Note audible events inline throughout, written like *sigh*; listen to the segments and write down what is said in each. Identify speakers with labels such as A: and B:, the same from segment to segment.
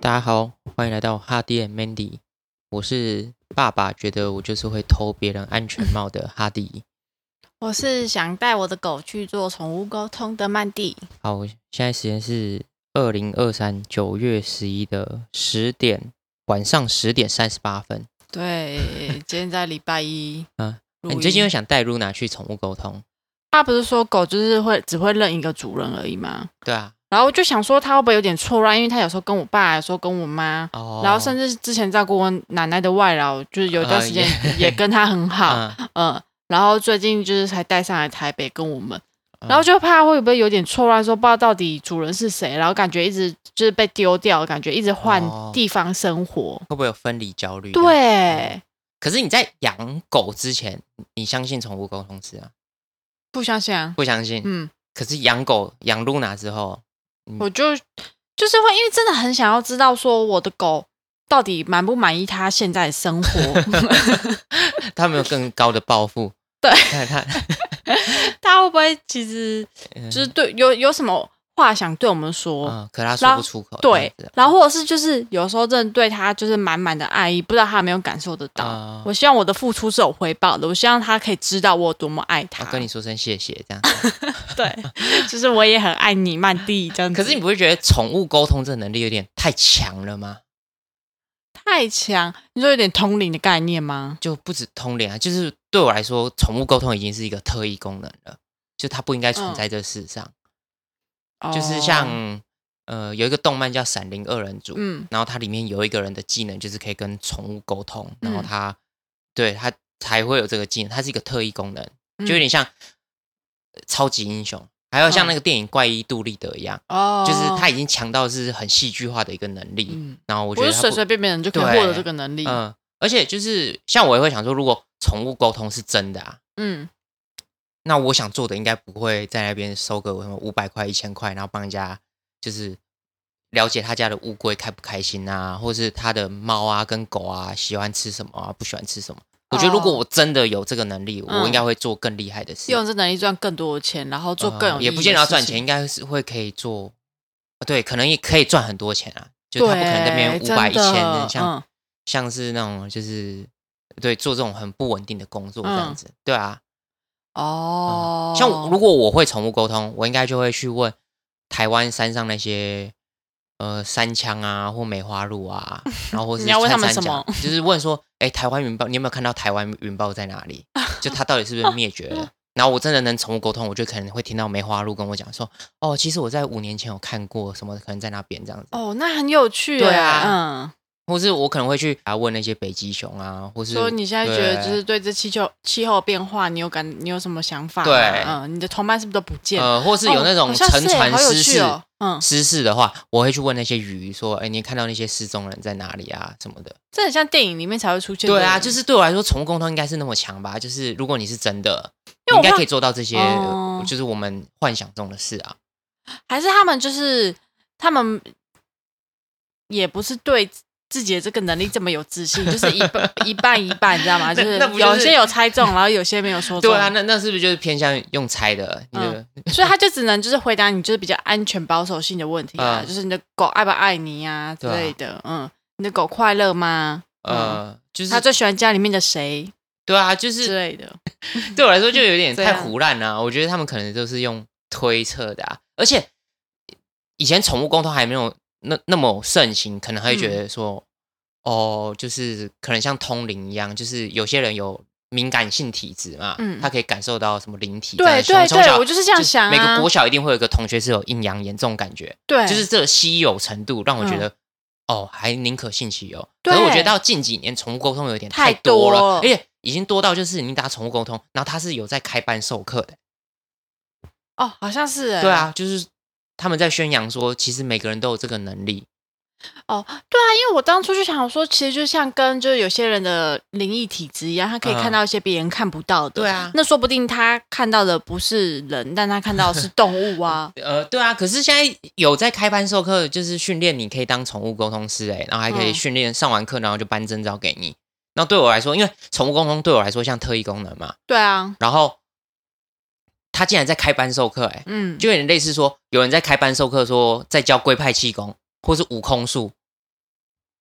A: 大家好，欢迎来到哈迪 and Mandy，我是爸爸，觉得我就是会偷别人安全帽的哈迪。 *laughs*
B: 我是想带我的狗去做宠物沟通的曼蒂。
A: 好，现在时间是二零二三九月十一的十点，晚上十点三十八分。
B: 对，今天在礼拜
A: *laughs*
B: 一
A: 啊
B: 录
A: 欸
B: 音。
A: 你最近有想带露娜去宠物沟通？
B: 他不是说狗就是会只会认一个主人而已吗？
A: 对啊，
B: 然后我就想说他会不会有点错乱，因为他有时候跟我爸，有时候跟我妈，
A: 哦，
B: 然后甚至之前照顾我奶奶的外劳，就是有一段时间
A: 啊
B: 也跟他很好，
A: 嗯，
B: 嗯。然后最近就是才带上来台北跟我们，
A: 嗯
B: 然后就怕会不会有点错乱，说不知道到底主人是谁，然后感觉一直就是被丢掉，感觉一直换
A: 哦
B: 地方生活。
A: 会不会有分离焦虑？，
B: 对，
A: 可是你在养狗之前，你相信宠物沟通师啊？
B: 不相信啊。
A: 不相信？
B: 嗯，
A: 可是养狗养露娜之后，嗯
B: 我就就是会，因为真的很想要知道，说我的狗到底满不满意它现在的
A: *laughs*
B: 生活，
A: 他没有更高的抱负。 *laughs*
B: 对
A: 看看，
B: 它会不会其实
A: 嗯
B: 就是对有有什么话想对我们说？
A: 嗯，可是他
B: 然
A: 说不
B: 后
A: 出口。
B: 对
A: 这样子，
B: 然后或者是就是有时候真的对它就是满满的爱意，不知道它有没有感受得到。
A: 啊
B: 我希望我的付出是有回报的，我希望它可以知道我有多么爱它。
A: 我哦啊跟你说声谢谢这样。 *laughs*
B: 对， *laughs* 就是我也很爱你，曼蒂这样子。
A: 可是你不会觉得宠物沟通这个能力有点太强了吗？
B: 太强，你说有点通灵的概念吗？
A: 就不止通灵啊，就是对我来说，宠物沟通已经是一个特异功能了，就它不应该存在这世上。就是
B: 嗯哦
A: 像呃，有一个动漫叫《闪灵二人组》，
B: 嗯
A: 然后它里面有一个人的技能就是可以跟宠物沟通，然后
B: 嗯
A: 他、对他才会有这个技能，它是一个特异功能，
B: 嗯嗯
A: 就有点像呃超级英雄，还有像那个电影《怪医杜立德》一样，
B: 哦，
A: 就是他已经强到是很戏剧化的一个能力。
B: 嗯
A: 然后我觉
B: 不
A: 得
B: 是
A: 它
B: 随随便便人就可以
A: 对
B: 获得这个能力。
A: 嗯，而且就是像我也会想说，如果宠物沟通是真的啊，
B: 嗯，
A: 那我想做的应该不会在那边收个什么五百块、一千块，然后帮人家就是了解他家的乌龟开不开心啊，或是他的猫啊跟狗啊喜欢吃什么啊，不喜欢吃什么。我觉得如果我真的有这个能力，
B: 哦嗯
A: 我应该会做更厉害的事。
B: 用这能力赚更多的钱，然后做更有、
A: 呃也不见得要赚钱，。应该是会可以做，呃对，可能也可以赚很多钱啊。就
B: 对，
A: 他不可能在那边五百一
B: 真的
A: 千，像
B: 嗯
A: 像是那种就是对做这种很不稳定的工作这样
B: 嗯
A: 子，对啊。
B: 哦，
A: 嗯像我如果我会宠物沟通，我应该就会去问台湾山上那些呃山枪啊或梅花鹿
B: *laughs*
A: 啊，然后或是
B: 你要问他们
A: 穿山
B: 什么
A: 甲就是问说，哎，台湾云豹，你有没有看到台湾云豹在哪里？就它到底是不是灭绝
B: *laughs*
A: 了？然后我真的能宠物沟通，我就可能会听到梅花鹿跟我讲说，哦，其实我在五年前有看过什么，可能在那边这样子，
B: 哦，那很有趣耶，
A: 对啊
B: 嗯，
A: 或是我可能会去啊问那些北极熊啊，或是
B: 说你现在觉得
A: 对
B: 就是对这气候气候变化，你有感，你有什么想法吗？
A: 对
B: 嗯，你的同伴是不是都不见？
A: 呃，或是有那
B: 哦
A: 种
B: 好像
A: 沉
B: 是耶
A: 船
B: 好有
A: 失
B: 趣
A: 事、
B: 哦嗯，
A: 失事的话，我会去问那些鱼说：“哎、你看到那些失踪人在哪里啊？什么的。
B: 这很像电影里面才会出”现的。
A: 对啊，就是对我来说，宠物沟通应该是那么强吧？就是如果你是真的，
B: 因
A: 你应
B: 为我
A: 该
B: 怕
A: 可以做到这些，
B: 哦
A: 就是我们幻想中的事啊。
B: 还是他们就是他们也不是对自己的这个能力这么有自信，就是一半一半一半，你知道吗？就
A: *laughs*
B: 是
A: 那不就是
B: 有些有猜中，然后有些没嗯有说中，
A: *laughs* 对啊，那那是不是就是偏向用猜的？你的、
B: 所以他就只能就是回答你就是比较安全保守性的问题啊，
A: 嗯
B: 就是你的狗爱不爱你啊之
A: 对啊
B: 类的，嗯，你的狗快乐吗？嗯，
A: 呃，就是
B: 他最喜欢家里面的谁
A: 对啊，就是
B: 之类的，
A: 对我来说就有点
B: *laughs* 对
A: 太
B: 啊
A: 胡乱了、我觉得他们可能都是用推测的啊，而且以前宠物沟通还没有那那么盛行，可能还会
B: 嗯
A: 觉得说，哦，就是可能像通灵一样，就是有些人有敏感性体质嘛，
B: 嗯
A: 他可以感受到什么灵体。
B: 对
A: 这样
B: 对
A: 从从
B: 对，
A: 小
B: 我就是这样
A: 就是
B: 想
A: 每个
B: 啊
A: 国，小一定会有一个同学是有阴阳眼这种感觉，
B: 对，
A: 就是这稀有程度让我觉
B: 哎嗯
A: 得。哦，还宁可信其有。可
B: 对
A: 是我觉得到近几年宠物沟通有点
B: 太
A: 多了，
B: 多了
A: 而且已经多到就是你打宠物沟通，然后它是有在开班授课的。
B: 哦，好像是欸
A: 对啊，就是他们在宣扬说，其实每个人都有这个能力。
B: 哦，对啊，因为我当初就想说，其实就像跟就是有些人的灵异体质一样，他可以
A: 嗯
B: 看到一些别人看不到的。
A: 对啊
B: 那说不定他看到的不是人，但他看到的是动物
A: *laughs*
B: 啊。
A: 呃，对啊，可是现在有在开班授课，就是训练你可以当宠物沟通师哎、然后还可以
B: 嗯
A: 训练、上完课，然后就颁证照给你。那对我来说，因为宠物沟通对我来说像特异功能嘛，
B: 对啊，
A: 然后他竟然在开班授课哎、
B: 嗯，
A: 就有点类似说，有人在开班授课，说在教龟派气功或是悟空术，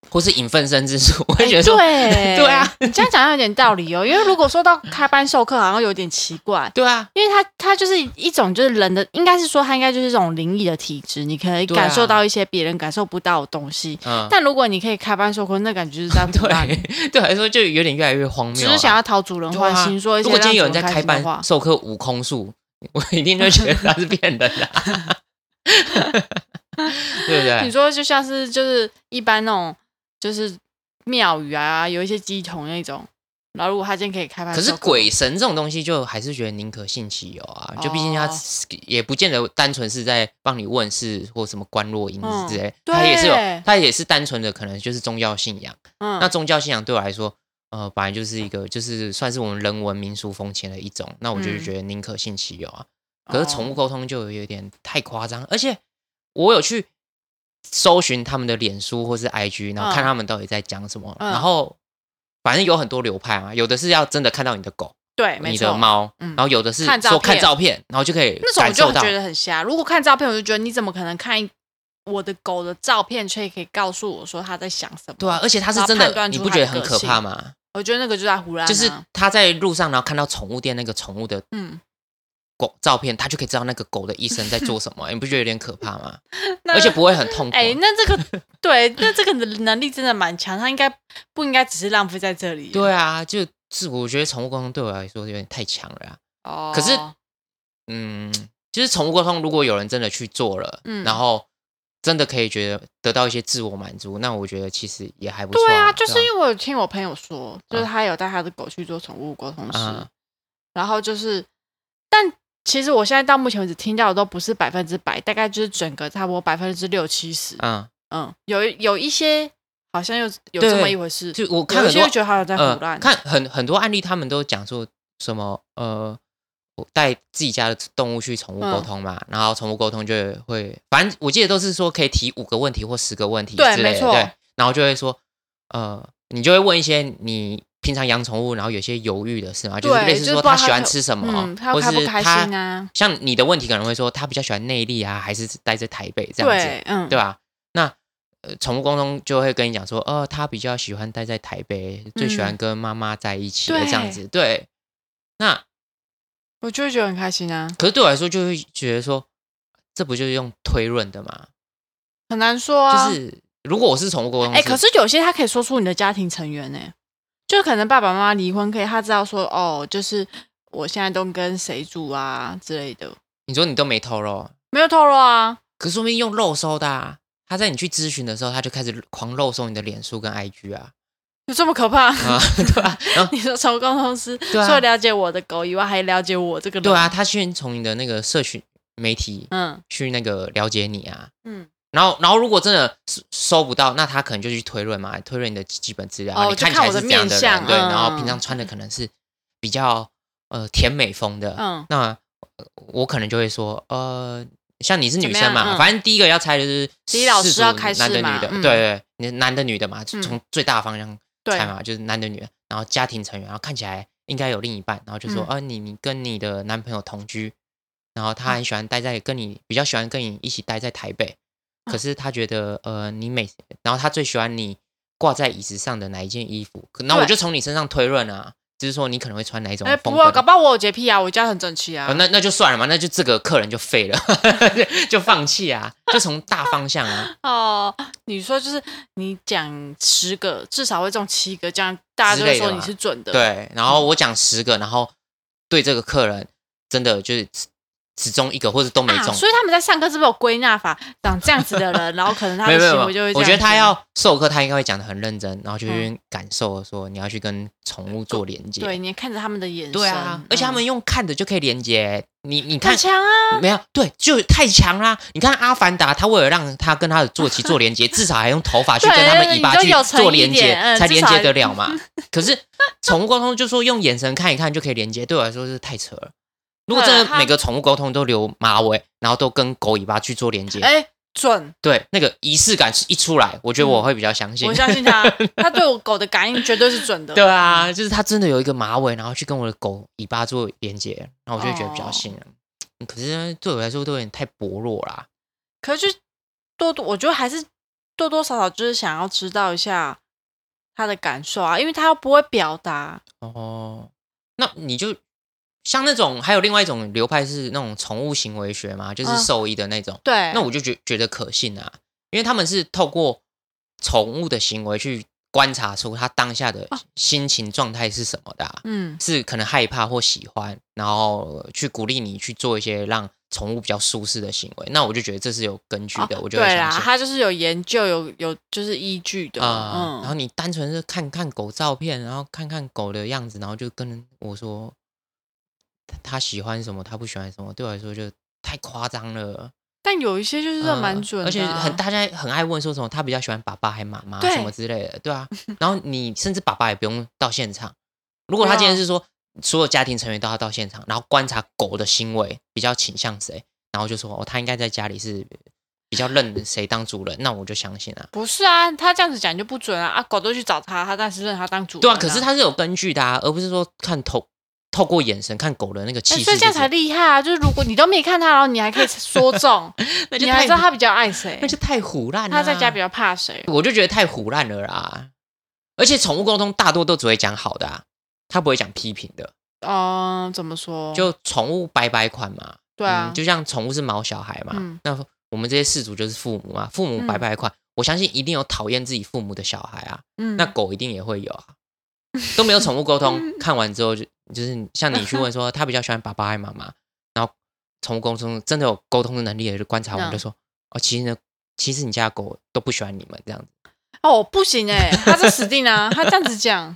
A: 或是引粪生之术，我会觉得说，
B: 哎
A: *laughs*
B: 对
A: 对啊，
B: 你这样讲有点道理哦。因为如果说到开班授课，好像有点奇怪，
A: 对啊，
B: 因为它它就是一种就是人的，应该是说它应该就是这种灵异的体质，你可以
A: 对啊
B: 感受到一些别人感受不到的东西。
A: 嗯，
B: 但如果你可以开班授课，那感觉就是在胡乱
A: *laughs* 对对我来说就有点越来越荒谬
B: 只
A: 啊、
B: 是想要讨主人欢
A: 对
B: 心，
A: 啊
B: 说一
A: 如
B: 些
A: 果今天有
B: 让
A: 人
B: 主
A: 在开
B: 人开心的话
A: 班。授课悟空术，我一定就觉得他是骗人的、啊，
B: *laughs*
A: 对不对？
B: 你说就像是就是一般那种就是庙宇啊，有一些鸡童那种，然后如果他今天可以开班
A: 可
B: 授课，
A: 是鬼神这种东西，就还是觉得宁可信其有啊，就毕竟他
B: 哦
A: 也不见得单纯是在帮你问事或什么观落阴
B: 嗯
A: 之类，
B: 对
A: 他也是有，他也是单纯的可能就是宗教信仰。
B: 嗯，
A: 那宗教信仰对我来说，呃，本来就是一个就是算是我们人文民俗风情的一种，那我就
B: 嗯哦
A: 觉得宁可信其有啊。可是宠
B: 物
A: 物沟通就有点太夸张，而且我有去搜寻他们的脸书或是 IG，然后看
B: 嗯
A: 他们到底在讲什么，
B: 嗯
A: 然后反正有很多流派嘛，啊有的是要真的看到你的狗、
B: 对，没
A: 你
B: 错
A: 的，猫，
B: 嗯
A: 然后有的是
B: 看照
A: 说看
B: 片
A: 照片，然后就可以
B: 那种我
A: 感
B: 就
A: 受到
B: 觉。得很瞎。如果看照片，我就觉得你怎么可能看一我的狗的照片，却可以告诉我说他在想什么？
A: 对啊，而且它是
B: 然后
A: 真
B: 判
A: 的，
B: 断
A: 你
B: 出
A: 不
B: 它
A: 觉得
B: 的
A: 很
B: 个
A: 可
B: 性
A: 怕吗？
B: 我觉得那个就在胡乱、啊，
A: 就是他在路上，然后看到宠物店那个宠物的
B: 嗯，
A: 狗照片，他就可以知道那个狗的一生在做什
B: *laughs*
A: 么，你不觉得有点可怕吗？
B: 那
A: 而且不会很痛苦。
B: 哎、那这个对，那这个能力真的蛮强，他应该不应该只是浪费在这里？
A: 对啊，就是我觉得宠物沟通对我来说有点太强了啊。
B: 哦，
A: 可是嗯，就是宠物沟通，如果有人真的去做了，
B: 嗯
A: 然后真的可以觉得得到一些自我满足，那我觉得其实也还不错、
B: 对啊，
A: 啊。
B: 就是因为我有听我朋友说，就是
A: 啊
B: 他有带他的狗去做宠物沟通师，
A: 啊
B: 然后就是，但其实我现在到目前为止听到的都不是百分之百，大概就是整个差不多百分之六七十，
A: 嗯，
B: 嗯，有一有一些好像又有
A: 对
B: 这么一回事，
A: 就我看
B: 有一
A: 很
B: 些
A: 多
B: 又觉得他有在胡
A: 呃，
B: 乱，
A: 看很很多案例，他们都讲说什么呃，我带自己家的动物去宠物
B: 嗯
A: 沟通嘛，然后宠物沟通就会，反正我记得都是说可以提五个问题或十个问题之
B: 对
A: 类
B: 没
A: 的，
B: 错
A: 对，然后就会说呃，你就会问一些你。平常养宠物，然后有些犹豫的事嘛，就是
B: 对
A: 类似
B: 就是
A: 说
B: 不知道
A: 喜
B: 它
A: 欢
B: 开
A: 吃什么，
B: 嗯，他
A: 或
B: 开不
A: 是
B: 开
A: 它
B: 心啊？
A: 像你的问题可能会说，他比较喜欢内力啊，还是待在台北这样子？
B: 对，嗯，
A: 对吧？那呃，宠物沟通就会跟你讲说，哦，他比较喜欢待在台北，最喜欢跟妈妈在一起的
B: 嗯对
A: 这样子。对，那
B: 我就会觉得很开心啊，
A: 可是对我来说，就会觉得说，这不就是用推论的嘛？
B: 很难说啊，
A: 就是如果我是宠物沟通
B: 哎、
A: 师，
B: 可是有些他可以说出你的家庭成员呢、就可能爸爸妈妈离婚，可以他知道说哦，就是我现在都跟谁住啊之类的，
A: 你说你都没透露，
B: 没有透露啊。
A: 可是说明用肉搜的、啊，他在你去咨询的时候，他就开始狂肉搜你的脸书跟 IG 啊， *laughs*
B: 有这么可怕？ *laughs*
A: 啊，对吧、然后
B: 你说宠物沟通师除
A: 对啊
B: 了了解我的狗以外，还了解我这个人？
A: 对啊，，他先从你的那个社群媒体
B: 嗯
A: 去那个了解你啊，
B: 嗯，
A: 然后，然后如果真的搜搜不到，那他可能就去推论嘛，推论你的基本资料，你
B: 哦就看
A: 起来
B: 我的
A: 是这样
B: 面
A: 人，
B: 相
A: 对，
B: 嗯
A: 然后平常穿的可能是比较呃甜美风的，
B: 嗯
A: 那呃我可能就会说，呃，像你是女生
B: 怎么
A: 嘛，
B: 样嗯
A: 反正第一个要猜的就是
B: 李老师
A: 世俗
B: 要开始
A: 男的
B: 嘛
A: 女的，
B: 嗯
A: 对对，你男的女的嘛，
B: 嗯
A: 从最大的方向
B: 对
A: 猜，嘛，就是男的女的，然后家庭成员，然后看起来应该有另一半，然后就说，
B: 嗯
A: 呃，你你跟你的男朋友同居，然后他很喜欢待在跟你比较喜欢跟你一起待在台北，
B: 嗯
A: 可是他觉得呃你每，然后他最喜欢你挂在椅子上的哪一件衣服，可那我
B: 对
A: 就从你身上推论啊，就是说你可能会穿哪一种
B: 哎、不
A: 风格
B: 过
A: 的
B: 搞不好我有洁癖啊，我家很整齐啊。
A: 啊，那那就算了嘛，那就这个客人就废了， *laughs* 就放弃啊，就从大方向啊
B: 哦，你说就是你讲十个，至少会中七个，这样大家就
A: 之
B: 会
A: 类
B: 说
A: 的
B: 你
A: 嘛
B: 是准的。，
A: 对，然后我讲十个，然后对这个客人真的就是只只中一个或者都没
B: 啊，
A: 中，
B: 所以他们在上课是不是有归纳法？长这样子的人，然后可能他
A: 没
B: 的
A: *laughs* 有没
B: 行
A: 有
B: 为
A: 没
B: 就
A: 有
B: 会，这
A: 我
B: 样
A: 觉得他
B: 子嗯
A: 要授课，他应该会讲的很认真，然后就去感受说你要去跟宠物做连接，
B: 对，你嗯看着他们的眼神，
A: 对啊，而且他们用看的就可以连接，你你
B: 嗯很
A: 看
B: 强啊，
A: 没有？对，就太强啦！你看《阿凡达》，他为了让他跟他的坐骑做连接，至少还用头发去跟他们尾巴
B: 对
A: 去
B: 你就有诚意
A: 做连接
B: 点，嗯
A: 才连接
B: 至少
A: 得了嘛。 *laughs* 可是宠物沟通就说用眼神看一看就可以连接，对我来说是太扯了。如果真
B: 对
A: 的
B: 他
A: 每个宠物沟通都留马尾，然后都跟狗尾巴去做连接，
B: 哎，准，
A: 对那个仪式感一出来，我觉嗯得我会比较相信
B: 我。相信他，他对我狗的感应绝对是准的。
A: *laughs* 对啊，就是他真的有一个马尾，然后去跟我的狗尾巴做连接，然后我就会觉得比较
B: 哦
A: 信任。可是对我来说都有点太薄弱啦。
B: 可是就多多，我觉得还是多多少少就是想要知道一下他的感受啊，因为他又不会表达，
A: 哦，那你就像那种，还有另外一种流派是那种宠物行为学嘛，就是
B: 嗯
A: 兽医的那种，
B: 对，
A: 那我就觉觉得可信啊，因为他们是透过宠物的行为去观察出它当下的心情状态是什么的啊、
B: 哦嗯
A: 是可能害怕或喜欢，然后去鼓励你去做一些让宠物比较舒适的行为，那我就觉得这是有根据的，
B: 哦
A: 我就会
B: 对啦
A: 相，信。
B: 他就是有研究，有有就是依据的，
A: 啊、然后
B: 嗯，
A: 你单纯是看看狗照片，然后看看狗的样子，然后就跟我说他他喜欢什么，他不喜欢什么，对我来说就太夸张了，
B: 但有一些就是真的蛮
A: 嗯
B: 准的啊、
A: 而且很大家很爱问说什么他比较喜欢爸爸还妈妈
B: 对
A: 什么之类的，对啊，然后你甚至爸爸也不用到现场，如果他今天是说所有家庭成员都要到现场，然后观察狗的行为比较倾向谁，然后就说哦他应该在家里是比较认谁当主人，那我就相信啊。
B: 不是啊，他这样子讲就不准啊！啊，狗都去找他，他但是认他当主人、
A: 对啊，可是它是有根据的、啊，而不是说看透透过眼神看狗的那个气
B: 哎
A: 势、
B: 所以这样才厉害啊！就是如果你都没看他，然后你还可以说
A: *laughs*
B: 中，
A: 那就
B: 你还
A: 太
B: 知道他比较爱谁
A: 那，就太胡乱了、啊
B: 他在家比较怕谁。
A: 我就觉得太胡乱了啦。而且宠物沟通大多都只会讲好的、啊，它不会讲批评
B: 哦
A: 的。
B: 嗯，怎么说？
A: 就宠物白白款嘛，
B: 对啊
A: 嗯，就像宠物是毛小孩嘛，
B: 嗯
A: 那我们这些饲主就是父母啊嘛，父母白白款，我相信一定有讨厌自己父母的小孩啊，
B: 嗯，
A: 那狗一定也会有啊。都没有宠物沟
B: *laughs*
A: 通，看完之后就就是像你去问说他比较喜欢爸爸还是妈妈，然后宠物沟通真的有沟通的能力的，就观察我们
B: 嗯
A: 就说哦，其实呢，其实你家的狗都不喜欢你们这样子，
B: 哦，不行哎、他这死定啊！他这样子
A: *laughs*
B: 讲，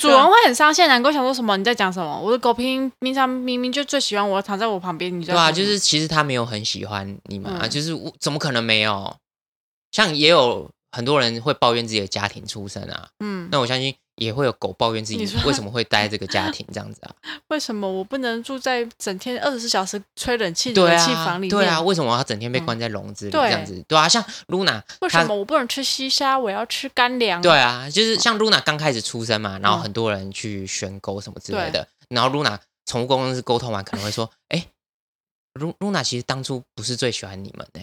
B: 主
A: 啊
B: 人会很伤心，难过，想说什么？你在讲什么？我的狗平平常明明就最喜欢我，躺在我旁边，你在
A: 对啊，
B: 说
A: 就
B: 什么
A: 是其实他没有很喜欢你们啊，
B: 嗯
A: 就是我怎么可能没有？像也有很多人会抱怨自己的家庭出身啊，
B: 嗯，
A: 那我相信也会有狗抱怨自己
B: 你说
A: 为什么会待这个家庭这样
B: *laughs*
A: 子啊，
B: 为什么我不能住在整天二十四小时吹冷气的
A: 对
B: 冷气
A: 啊
B: 房里，面？
A: 对啊，为什么要整天被
B: 嗯
A: 关在笼子里
B: 对
A: 这样子？对啊，像露娜，
B: 为
A: 她
B: 什么我不能吃西沙？我要吃干粮。
A: 对啊，就是像 Luna 刚开始出生嘛，然后
B: 嗯
A: 很多人去选购什么之类的，然后 Luna 宠物公司沟通完可能会说，哎、露 l u n a 其实当初不是最喜欢你们呢、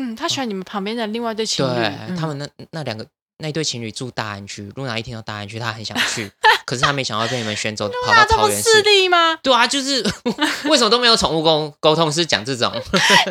B: 嗯，他喜欢你们旁边的另外一对情
A: 对
B: 侣，嗯
A: 他们那那两个那一对情侣住大安区，Luna 一听到大安区，她很想
B: *laughs*
A: 去，可是她没想到被你们选走，跑
B: 那
A: 到
B: 这
A: 桃
B: 么
A: 园
B: 势
A: 市。
B: 利吗？ *laughs*
A: 对啊，就是为什么都没有宠物沟沟通师讲这种？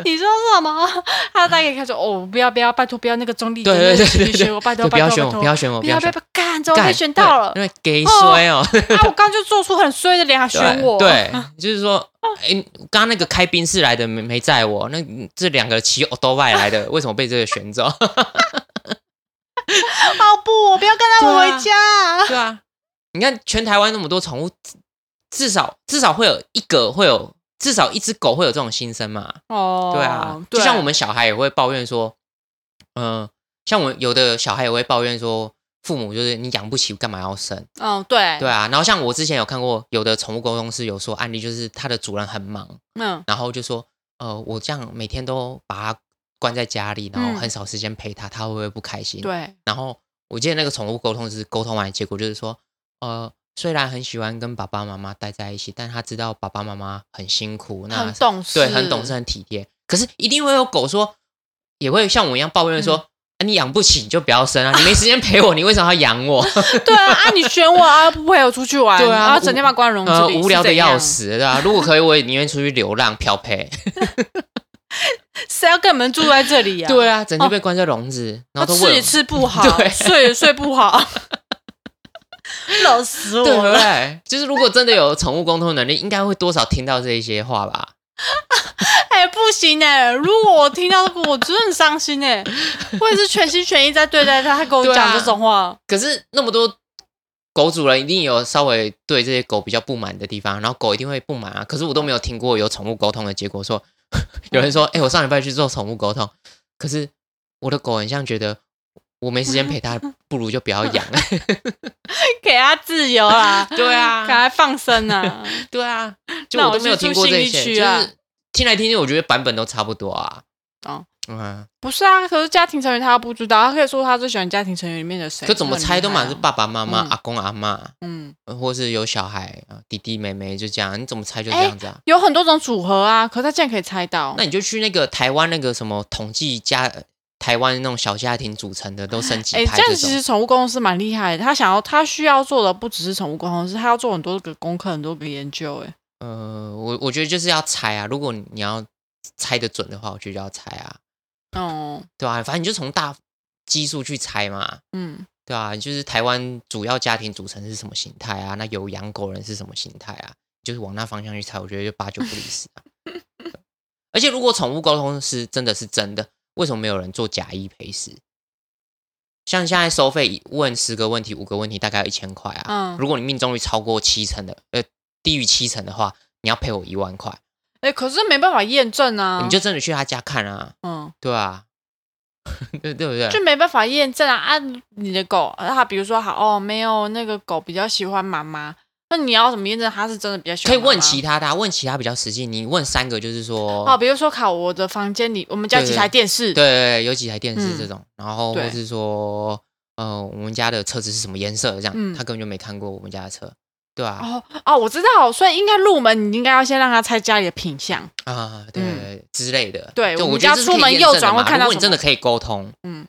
B: 你说什么？ *laughs* 他大概开始哦，不要不要，拜托不要那个中立的
A: 对对
B: 那个情
A: 对
B: 侣
A: 对
B: 选我，拜
A: 对，就不
B: 托拜
A: 要
B: 托
A: 选
B: 拜
A: 我，
B: 托，
A: 不要选我，
B: 不要
A: 选
B: 被
A: 我，
B: 干，终于被
A: 干
B: 选到了
A: 因。为给衰哦。
B: 啊，我刚就做出很衰的脸，还选我，，
A: 对，就是说，哎、刚刚那个开宾士来的没没载我，那这两个骑 o 都外来的， *laughs* 为什么被这个选走？
B: *laughs* 哦不，我不要跟他
A: 对
B: 们
A: 啊
B: 回家。
A: 对啊，你看全台湾那么多宠物，至至少至少会有一个会有，至少一只狗会有这种心声嘛？
B: 哦，
A: 对啊，就像我们小孩也会抱怨说，嗯、像我有的小孩也会抱怨说，父母就是你养不起，干嘛要生？
B: 嗯，对，
A: 对，啊，然后像我之前有看过有的宠物沟通师有说案例，就是它的主人很忙。
B: 嗯
A: 然后就说，呃，我这样每天都把它关在家里，然后很少时间陪它，它会不会不开心？。
B: 嗯对，
A: 然后我记得那个宠物沟通是沟通完的结果就是说，呃，虽然很喜欢跟爸爸妈妈待在一起，但他知道爸爸妈妈很辛苦，那
B: 很懂事，
A: 对，很懂事，，很体贴。可是一定会有狗说，也会像我一样抱怨说。
B: 嗯
A: 啊你养不起你就不要生啊！你没时间陪我，你为什么要养
B: *laughs*
A: 我？
B: 对啊，啊你选我啊，不陪我出去玩，
A: 对啊
B: 然后整天把关笼子
A: 呃，
B: 里，
A: 无聊
B: 是
A: 的
B: 怎样
A: 要，死，对吧、如果可以，我也宁愿出去流浪
B: *laughs*
A: 漂配。
B: 谁要跟你们住在这里呀？
A: 对啊，整天
B: 哦
A: 被关在笼子，然
B: 他
A: 后都
B: 吃
A: 问
B: 也吃不好，
A: *laughs* 对
B: 睡也睡不
A: *laughs*
B: 好，老死
A: 对
B: 我
A: 不
B: 了。
A: 哦对？就是如果真的有宠物沟通能力，应该会多少听到这一些话吧？
B: 哎、不行哎、如果我听到这个，我真的很伤心哎、我也是全心全意在对待他，他跟我
A: 对啊
B: 讲这种话，
A: 可是那么多狗主人一定有稍微对这些狗比较不满的地方，然后狗一定会不满啊。可是我都没有听过有宠物沟通的结果说， *laughs* 有人说：“哎、我上礼拜去做宠物沟通，可是我的狗很像觉得我没时间陪它，不如就不要
B: *laughs*
A: 养。，
B: 给他自由啦”
A: 对 *laughs*
B: 给
A: 啊，
B: *laughs* 他放生
A: *laughs*
B: 啊。
A: 对啊，就
B: 那
A: 我
B: 我
A: 都没有
B: 去住
A: 听过这
B: 信义
A: 些，
B: 区
A: 就
B: 啊
A: 是听来听去，我觉得版本都差不多啊。
B: 哦，
A: 嗯。
B: 不是啊，可是家庭成员他不知道，他可以说他最喜欢家庭成员里面的谁。
A: 可怎么
B: 这很厉
A: 猜都
B: 害啊
A: 满是爸爸妈妈、
B: 嗯
A: 阿公阿妈，
B: 嗯，
A: 呃或是有小孩啊，弟弟妹妹就这样，你怎么猜
B: 哎
A: 就这样子啊？
B: 有很多种组合啊，可他竟然可以猜到
A: 那。你就去那个台湾那个什么统计家台湾那种小家庭组成的都升级
B: 哎、
A: 拍
B: 这样
A: 这
B: 其
A: 种。
B: 实宠物公司蛮厉害的。他想要，他需要做的不只是宠物公司，他要做很多个功课，很多个研究。哎，
A: 呃，我我觉得就是要猜啊，如果你要猜得准的话，我觉得要猜啊，
B: 哦，
A: 对吧、反正你就从大基数去猜嘛，
B: 嗯，
A: 对啊，就是台湾主要家庭组成是什么形态啊？那有养狗人是什么形态啊？就是往那方向去猜，我觉得就八九不离十
B: *laughs*
A: 啊。而且如果宠物沟通师真的是真的，为什么没有人做假一赔十？像现在收费问十个问题，五个问题大概要一千块啊。
B: 嗯
A: 如果你命中率超过七成的，呃，低于七成的话，你要赔我一万块。
B: 哎、可是没办法验证啊，
A: 你就真的去他家看啊，
B: 嗯，
A: 对
B: *laughs*
A: 啊，对对不对？
B: 就没办法验证啊。按你的狗，啊它比如说好哦，没有那个狗比较喜欢妈妈，那你要怎么验证它是真的比较喜
A: 可
B: 欢
A: 以
B: 妈妈？
A: 问其他的、啊，问其他比较实际。你问三个，就是说，
B: 哦，比如说考我的房间里，我们家有
A: 对
B: 几台电视，
A: 对对对，有几台电视
B: 嗯
A: 这种，然后
B: 对
A: 或是说，呃，我们家的车子是什么颜色这样，
B: 嗯
A: 他根本就没看过我们家的车，对啊，
B: 哦哦，我知道，所以应该入门，你应该要先让他猜家里的品相。
A: 啊，对对对之类的。
B: 哦嗯对
A: 就
B: 我们
A: 我觉得
B: 家
A: 这是可以
B: 出门
A: 验证的
B: 右转
A: 嘛
B: 会看到
A: 如果你
B: 什
A: 真
B: 么
A: 的可以沟通，
B: 嗯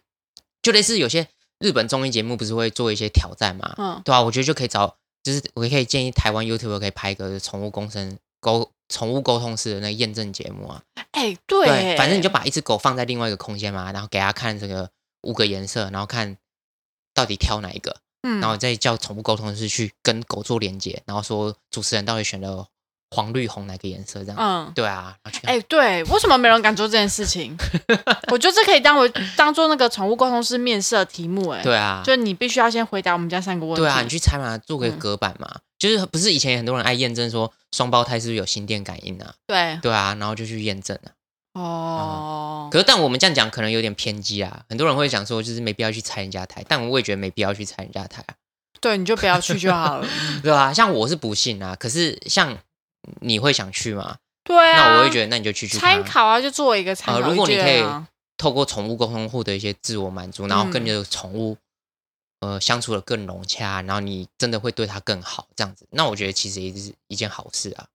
A: 就类似有些日本综艺节目不是会做一些挑战嘛，
B: 嗯
A: 对啊，我觉得就可以找，就是我可以建议台湾 YouTube 可以拍一个宠物共生沟宠物沟通式的那个验证节目啊。
B: 哎、对耶，
A: 反正你就把一只狗放在另外一个空间嘛，然后给它看这个五个颜色，然后看到底挑哪一个，
B: 嗯
A: 然后再叫宠物沟通师去跟狗做连接，然后说主持人到底选了黄绿红哪个颜色这样。
B: 嗯，
A: 对啊，然后去看
B: 哎、对，为什么没人敢做这件事
A: *laughs*
B: 情？我觉得这可以当为当做那个宠物沟通师面试的题目、哎，、
A: 对啊，
B: 就是你必须要先回答我们家三个问题。
A: 对啊，你去猜嘛，做个
B: 嗯
A: 隔板嘛，就是不是以前很多人爱验证说双胞胎是不是有心电感应啊？
B: 对
A: 对啊，然后就去验证啊。
B: 哦，
A: 可是但我们这样讲可能有点偏激啊，很多人会想说就是没必要去猜人家台，但我也觉得没必要去猜人家台啊，
B: 对，你就不要去就好
A: *laughs*
B: 了。
A: 对啊，像我是不信啊，可是像你会想去吗？
B: 对啊，
A: 那我会觉得那你就去去看
B: 参
A: 啊
B: 考啊，就作为一个参考、
A: 呃如果你
B: 就
A: 可以
B: 啊嗯
A: 透过宠物沟通获得一些自我满足，然后跟你的宠物、呃相处的更融洽，然后你真的会对它更好这样子，那我觉得其实也是一件好事啊。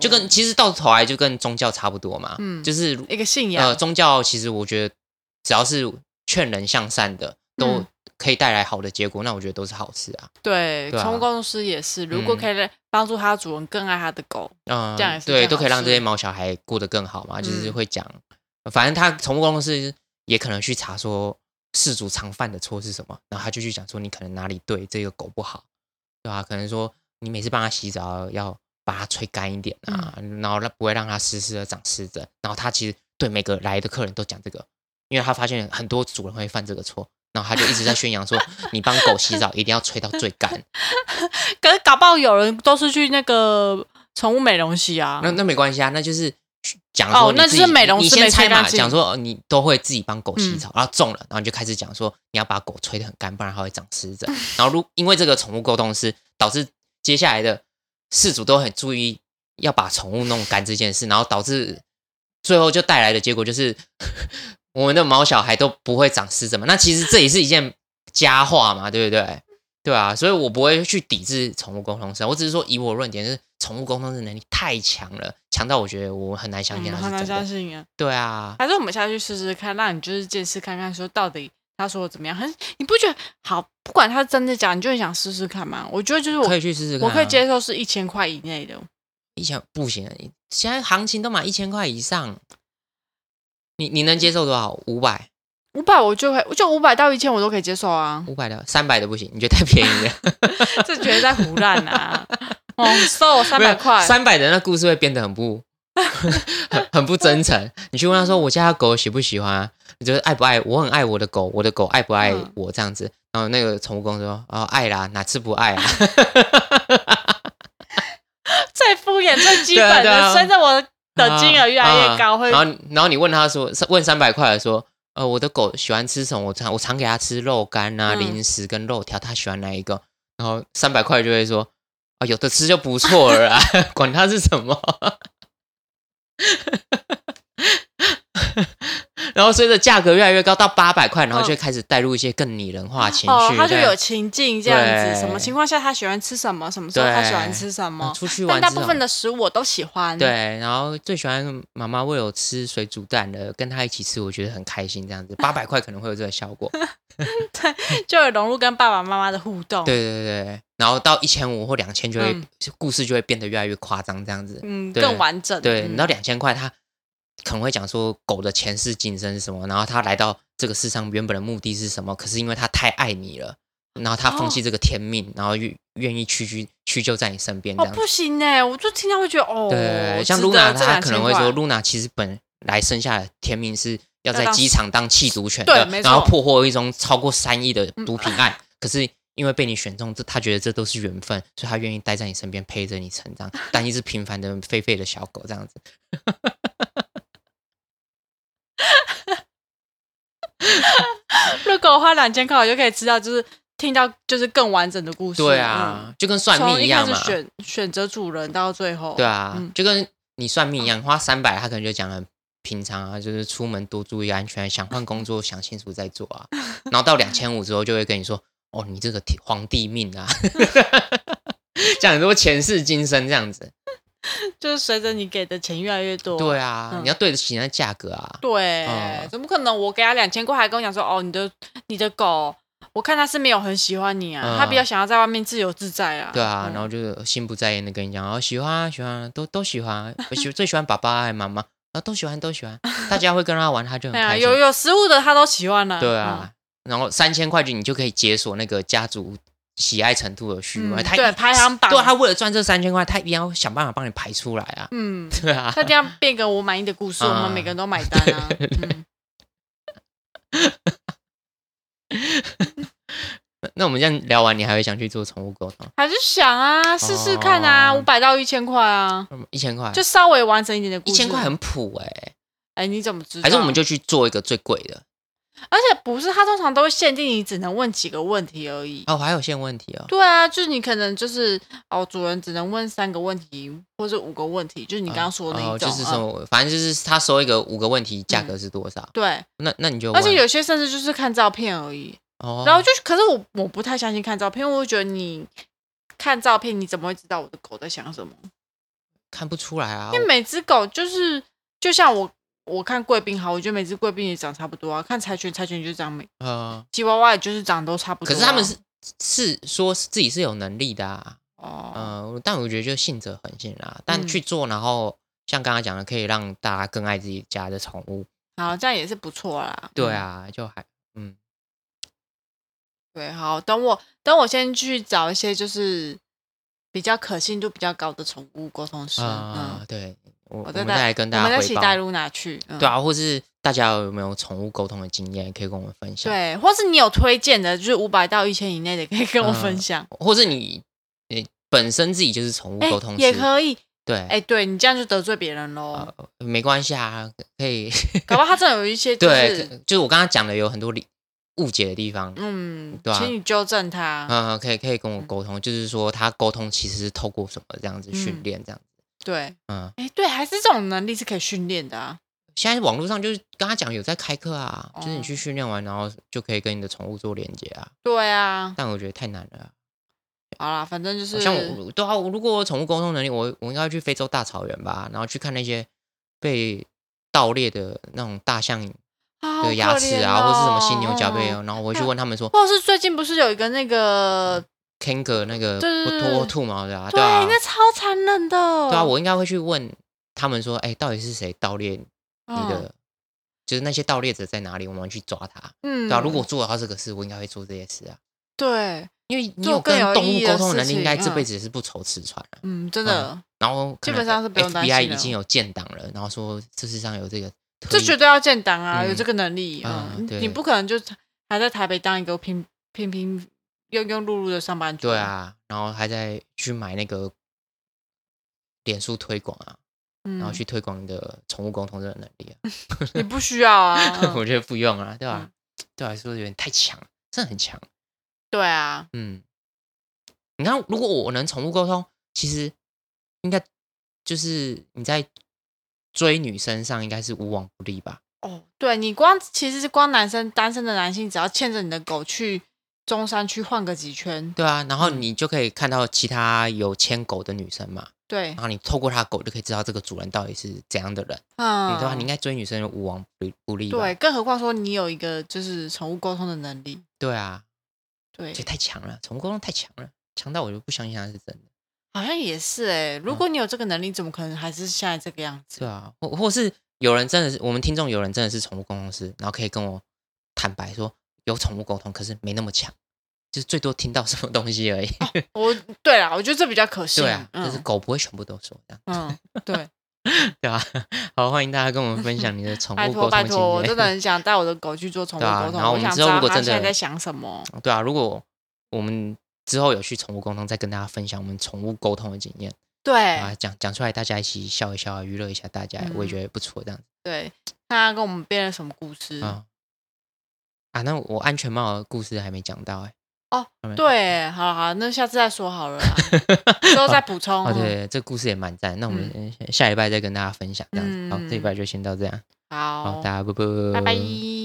A: 就跟
B: 哦
A: 其实到头来就跟宗教差不多嘛，
B: 嗯
A: 就是
B: 一个信仰，
A: 呃宗教其实我觉得只要是劝人向善的，都
B: 嗯
A: 可以带来好的结果，那我觉得都是好事啊。
B: 对，
A: 对啊
B: 宠物沟通师也是，如
A: 嗯
B: 果可以帮助他的主人更爱他的狗，
A: 嗯、
B: 这样也是一
A: 对，
B: 件
A: 都可以
B: 好
A: 让这些
B: 事
A: 毛小孩过得更好嘛，就是
B: 嗯
A: 会讲，反正他宠物公司也可能去查说事主常犯的错是什么，然后他就去讲说你可能哪里对这个狗不好，对吧、可能说你每次帮它洗澡要把它吹干一点啊，
B: 嗯
A: 然后让不会让它湿湿的长湿疹，然后他其实对每个来的客人都讲这个，因为他发现很多主人会犯这个错。然后他就一直在宣扬
B: *laughs*
A: 说，你帮狗洗澡一定要吹到最干，
B: 可是搞不好有人都是去那个宠物美容洗啊。
A: 那那没关系啊，那就是讲
B: 哦
A: 说你
B: 那
A: 自
B: 就是
A: 己
B: 美容
A: 你
B: 师
A: 先
B: 没
A: 猜
B: 吹干
A: 嘛，
B: 净嗯
A: 讲说哦你都会自己帮狗洗澡，然后中了，然后你就开始讲说你要把狗吹得很干，不然它会长湿疹。然后如因为这个宠物沟通师，导致接下来的事主都很注意要把宠物弄干这件事，然后导致最后就带来的结果就是 *laughs* 我们的毛小孩都不会长湿疹嘛。那其实这也是一件佳话嘛，对不对？对啊，所以我不会去抵制宠物沟通师，我只是说以我论点，就是宠物沟通师能力太强了，强到我觉得我很难相信
B: 嗯
A: 他
B: 很
A: 是
B: 难
A: 真
B: 相
A: 的。
B: 信啊！
A: 对啊，
B: 还是我们下去试试看，让你就是见识看看，说到底他说的怎么样？很你不觉得好？不管他真的假，你就很想试试看吗？我觉得就是我
A: 可以去试试看、
B: 我
A: 啊。
B: 可以接受是一千块以内的，
A: 一千不行，啊现在行情都满一千块以上，你你能接受多少？五百、，
B: 五百我就会，就五百到一千我都可以接受啊
A: 五百的、三百的不行，你觉得太便宜了？
B: *laughs* 这绝对在胡乱 *laughs* 啊！哦，收
A: *laughs*
B: 我三百块，
A: 三百的那故事会变得很不 *laughs* 很很不真诚。你去问他说
B: 嗯
A: 我家的狗喜不喜欢、啊，你就是爱不爱？我很爱我的狗，我的狗爱不爱
B: 嗯
A: 我这样子。然后那个宠物公司说哦爱啦，哪次不爱啊？
B: 最敷衍、最基
A: 对啊
B: 本
A: 对啊
B: 的，随着我的金额越来
A: 啊
B: 越
A: 啊
B: 高，会
A: 然后然后你问他说问三百块的说。呃，我的狗喜欢吃什么？我常我常给它吃肉干啊、
B: 嗯
A: 零食跟肉条，它喜欢哪一个？然后三百块就会说啊，有的吃就不错了啦，啊
B: *laughs*
A: 管它是什么。 *laughs* 然后随着价格越来越高，到八百块，然后就开始带入一些更拟人化情绪。
B: 嗯哦，他就
A: 对啊
B: 有情境这样子，
A: 对
B: 什么情况下他喜欢吃什么，什么时候他喜欢吃什么
A: 嗯。出去玩
B: 但
A: 之
B: 大
A: 后，
B: 部分的食物我都喜欢。，
A: 对，然后最喜欢妈妈喂我吃水煮蛋的，跟她一起吃，我觉得很开心。这样子，八百块可能会有这个效果。
B: 就有融入跟爸爸妈妈的互动。，
A: 对对对对，然后到一千五或两千，就会、
B: 哦嗯
A: 故事就会变得越来越夸张，这样子。
B: 嗯，
A: 对
B: 更完整。
A: 对，
B: 嗯
A: 你到两千块，他可能会讲说狗的前世今生是什么，然后他来到这个世上原本的目的是什么，可是因为他太爱你了，然后他放
B: 哦
A: 弃这个天命，然后愿愿意屈居屈就在你身边这
B: 哦，
A: 样子。
B: 不行呢，我就听到会觉得哦，
A: 对，像
B: 值得
A: Luna，
B: 这
A: 她
B: 两
A: 可
B: 千
A: 能会说
B: 块
A: ，Luna 其实本来生下的天命是要在
B: 要当
A: 机场当弃毒犬
B: 对
A: 的，
B: 没错嗯
A: 然后破获一宗超过三亿的毒品案，可是。因为被你选中，这她觉得这都是缘分，所以她愿意待在你身边陪着你成长，当一只平凡的狒狒的小狗这样子。
B: 如果我花两千块，我就可以知道，就是听到就是更完整的故事。
A: 对啊，就跟
B: 嗯，
A: 算
B: 从
A: 命
B: 一开
A: 样
B: 始
A: 嘛。
B: 选选择主人到最后，
A: 对啊，
B: 嗯
A: 就跟你算命一样，花三百，他可能就讲得很平常啊，就是出门多注意安全，想换工作想清楚再做啊。然后到两千五之后，就会跟你说，哦，你这个天皇帝命啊， *laughs* 讲很多前世今生这样子。
B: 就是随着你给的钱越来越多。
A: 对啊，
B: 嗯
A: 你要对得起那价格啊。
B: 对，
A: 嗯
B: 怎么可能？我给他两千块，还跟我讲说，哦，你的你的狗，我看他是没有很喜欢你啊，
A: 嗯
B: 他比较想要在外面自由自在啊。
A: 对啊，
B: 嗯
A: 然后就是心不在焉的跟你讲，哦，喜欢啊，喜欢啊，都都喜欢啊，我喜最喜欢爸爸还是妈妈，然后都喜欢都喜欢，大家会跟他玩，他就很
B: *laughs* 哎呀，
A: 开心
B: 有。有食物的他都喜欢了、嗯
A: 对啊，然后三千块就你就可以解锁那个家族喜爱程度的序
B: 嗯，
A: 嘛，他
B: 对
A: 一
B: 排行榜，
A: 对啊他为了赚这三千块，他一定要想办法帮你排出来啊，
B: 嗯，
A: 对啊
B: 他，这样变个我满意的故事，
A: 嗯
B: 我们每个人都买单
A: *laughs*
B: 啊。嗯，
A: 那那我们这样聊完，你还会想去做宠物沟通？
B: 还是想啊，试试看啊，五
A: 哦
B: 百到一千块啊，
A: 一千块，
B: 就稍微完成一点的故
A: 一
B: 事。
A: 千块很普哎、
B: 哎，你怎么知道？
A: 还是我们就去做一个最贵的？
B: 而且不是，他通常都会限定你只能问几个问题而已。
A: 哦，还有现问题哦，
B: 对啊，就是你可能就是哦，主人只能问三个问题或者五个问题，就是你刚刚说的那
A: 哦，
B: 一种。
A: 就是什
B: 嗯
A: 么，反正就是他收一个五个问题，价格是多少？
B: 对，
A: 那那你就
B: 而且
A: 问
B: 有些甚至就是看照片而已，
A: 哦，
B: 然后就是，可是我我不太相信看照片，因为我会觉得你看照片，你怎么会知道我的狗在想什么？
A: 看不出来啊
B: 因，为每只狗就是，就像我我看贵宾好，我觉得每只贵宾也长差不多啊。看柴犬，柴犬就长每
A: 呃，
B: 吉娃娃也就是长都差不多
A: 可
B: 啊、
A: 是他们是是说自己是有能力的啊。
B: 哦，
A: 呃，但我觉得就信者恒信啦。但
B: 嗯
A: 去做，然后像刚刚讲的，可以让大家更爱自己家的宠物。
B: 好，这样也是不错啦。
A: 对
B: 嗯，
A: 啊，就还嗯，
B: 对，好，等我等我先去找一些就是比较可信度比较高的宠物沟通师，
A: 啊、
B: 嗯，
A: 对，我我
B: 我
A: 们
B: 再
A: 再
B: 带
A: 来跟
B: 我
A: 大
B: 们
A: 家
B: 再一
A: 汇
B: 起
A: 报。
B: 带露娜去，嗯
A: 对啊，或是大家有没有宠物沟通的经验，可以跟我们分享。，
B: 对，或是你有推荐的，就是五百到一千以内的，可以跟我
A: 嗯
B: 分享。
A: 或是你你本身自己就是宠物
B: 哎、
A: 沟通师，
B: 也可以，
A: 对，
B: 哎、对你这样就得罪别人喽，
A: 呃没关系啊，可
B: *laughs*
A: 以。
B: 搞不好他真的有一些就
A: 对，
B: 是
A: 可就是我刚刚讲的有很多理误解的地方。
B: 嗯，
A: 对啊
B: 请你纠正他。
A: 嗯，可以可以跟我沟通，就是说他沟通其实是透过什么这样子训
B: 嗯
A: 练这样子，
B: 对，
A: 嗯，
B: 哎，对，还是这种能力是可以训练的啊。
A: 现在网络上就是跟他讲有在开课啊，就是
B: 哦
A: 你去训练完，然后就可以跟你的宠物做连接啊。
B: 对啊，
A: 但我觉得太难了
B: 好啦，反正就
A: 啊，
B: 是
A: 像我对啊，我如果我宠物沟通能力，我我应该去非洲大草原吧，然后去看那些被盗猎的那种大象
B: 啊
A: 的牙齿啊，或是什么犀牛角贝，
B: 哦，
A: 哦，然后我会去
B: 那
A: 问他们说
B: 或者是最近不是有一个那个，
A: ，kangaroo 那个
B: 对对
A: 会
B: 对
A: 脱兔毛的嗯啊，
B: 对，
A: 啊，
B: 那哦超残忍的。
A: 对啊，我应该会去问他们说，哎，到底是谁盗猎你
B: 嗯
A: 的？就是那些盗猎者在哪里，我们去抓他。
B: 嗯，
A: 对啊，如果做得到这个事，我应该会做这些事啊。
B: 对，
A: 因为你
B: 做
A: 有
B: 更
A: 跟
B: 有
A: 动
B: 意义
A: 物
B: 的
A: 沟通的
B: 事
A: 能力，应该
B: 情
A: 这辈
B: 嗯
A: 子是不愁吃穿的。
B: 嗯，真的，
A: 然后
B: 基
A: 可能
B: 本上是不用担心
A: FBI
B: 了
A: 已经有建档了，然后说这世上有这个特
B: 这
A: 异，
B: 绝对要建档啊，
A: 嗯
B: 有这个能力啊
A: 啊，
B: 嗯
A: 对
B: 你不可能就还在台北当一个平平平庸庸碌碌的上班族。
A: 对，啊，然后还在去买那个脸书推广啊，
B: 然
A: 然后去推广你的宠物沟通这个能力啊，
B: 嗯你不需要啊，
A: *laughs* 我
B: 嗯
A: 觉得不用啊，对吧、
B: 嗯
A: 对我来说有点太强，真的很强。
B: 对啊，
A: 嗯，你看，如果我能宠物沟通，其实应该就是你在追女生上应该是无往不利吧。
B: 哦，对你光其实是光男生单身的男性，只要牵着你的狗去中山区晃个几圈，
A: 对啊，然后
B: 嗯
A: 你就可以看到其他有牵狗的女生嘛，
B: 对
A: 然，后你透过她的狗就可以知道这个主人到底是怎样的人，
B: 嗯，
A: 你对吧？你应该追女生无往不利不利吧？
B: 对，更何况说你有一个就是宠物沟通的能力，
A: 对啊，
B: 对
A: 而且，太强了，宠物沟通太强了，强到我就不相信它是真的。
B: 好像也是哎、
A: 嗯
B: 如果你有这个能力，怎么可能还是现在这个样子？
A: 对啊，或或是有人真的是我们听众有人真的是宠物沟通师，然后可以跟我坦白说有宠物沟通，可是没那么强，就是最多听到什么东西而已。
B: 我对啦，我觉得这比较可信。
A: 对啊，就是
B: 哦嗯
A: 狗不会全部都说这样，
B: 嗯，对，
A: 对啊。 *laughs* 好，欢迎大家跟我们分享你的宠
B: 拜
A: 物
B: 托
A: 沟
B: 拜
A: 通
B: 托，我
A: 经
B: 真
A: *laughs*
B: 的
A: 验。
B: 很想带我的狗去做宠物
A: 对啊
B: 沟通，
A: 然后我们
B: 想
A: 之
B: 知
A: 后
B: 道
A: 如果
B: 它
A: 真的
B: 现在在想什么。
A: 对啊，如果我们之后有去宠物沟通，再跟大家分享我们宠物沟通的经验
B: 对
A: 啊，讲讲出来，大家一起笑一笑啊，娱乐一下大家，我也
B: 嗯嗯
A: 觉得不错这样子
B: 对，看他跟我们编了什么故事？
A: 啊。啊，那我安全帽的故事还没讲到哎、
B: 哦
A: 嗯，
B: 对，好了好了，那下次再说
A: *laughs*
B: 好了啦，之后再补充。
A: 哦，对，这故事也蛮赞。那我们呃下下礼拜再跟大家分享，这样子。好，这礼
B: 嗯
A: 拜就先到这样。
B: 好
A: 好，，大家拜拜，
B: 拜拜。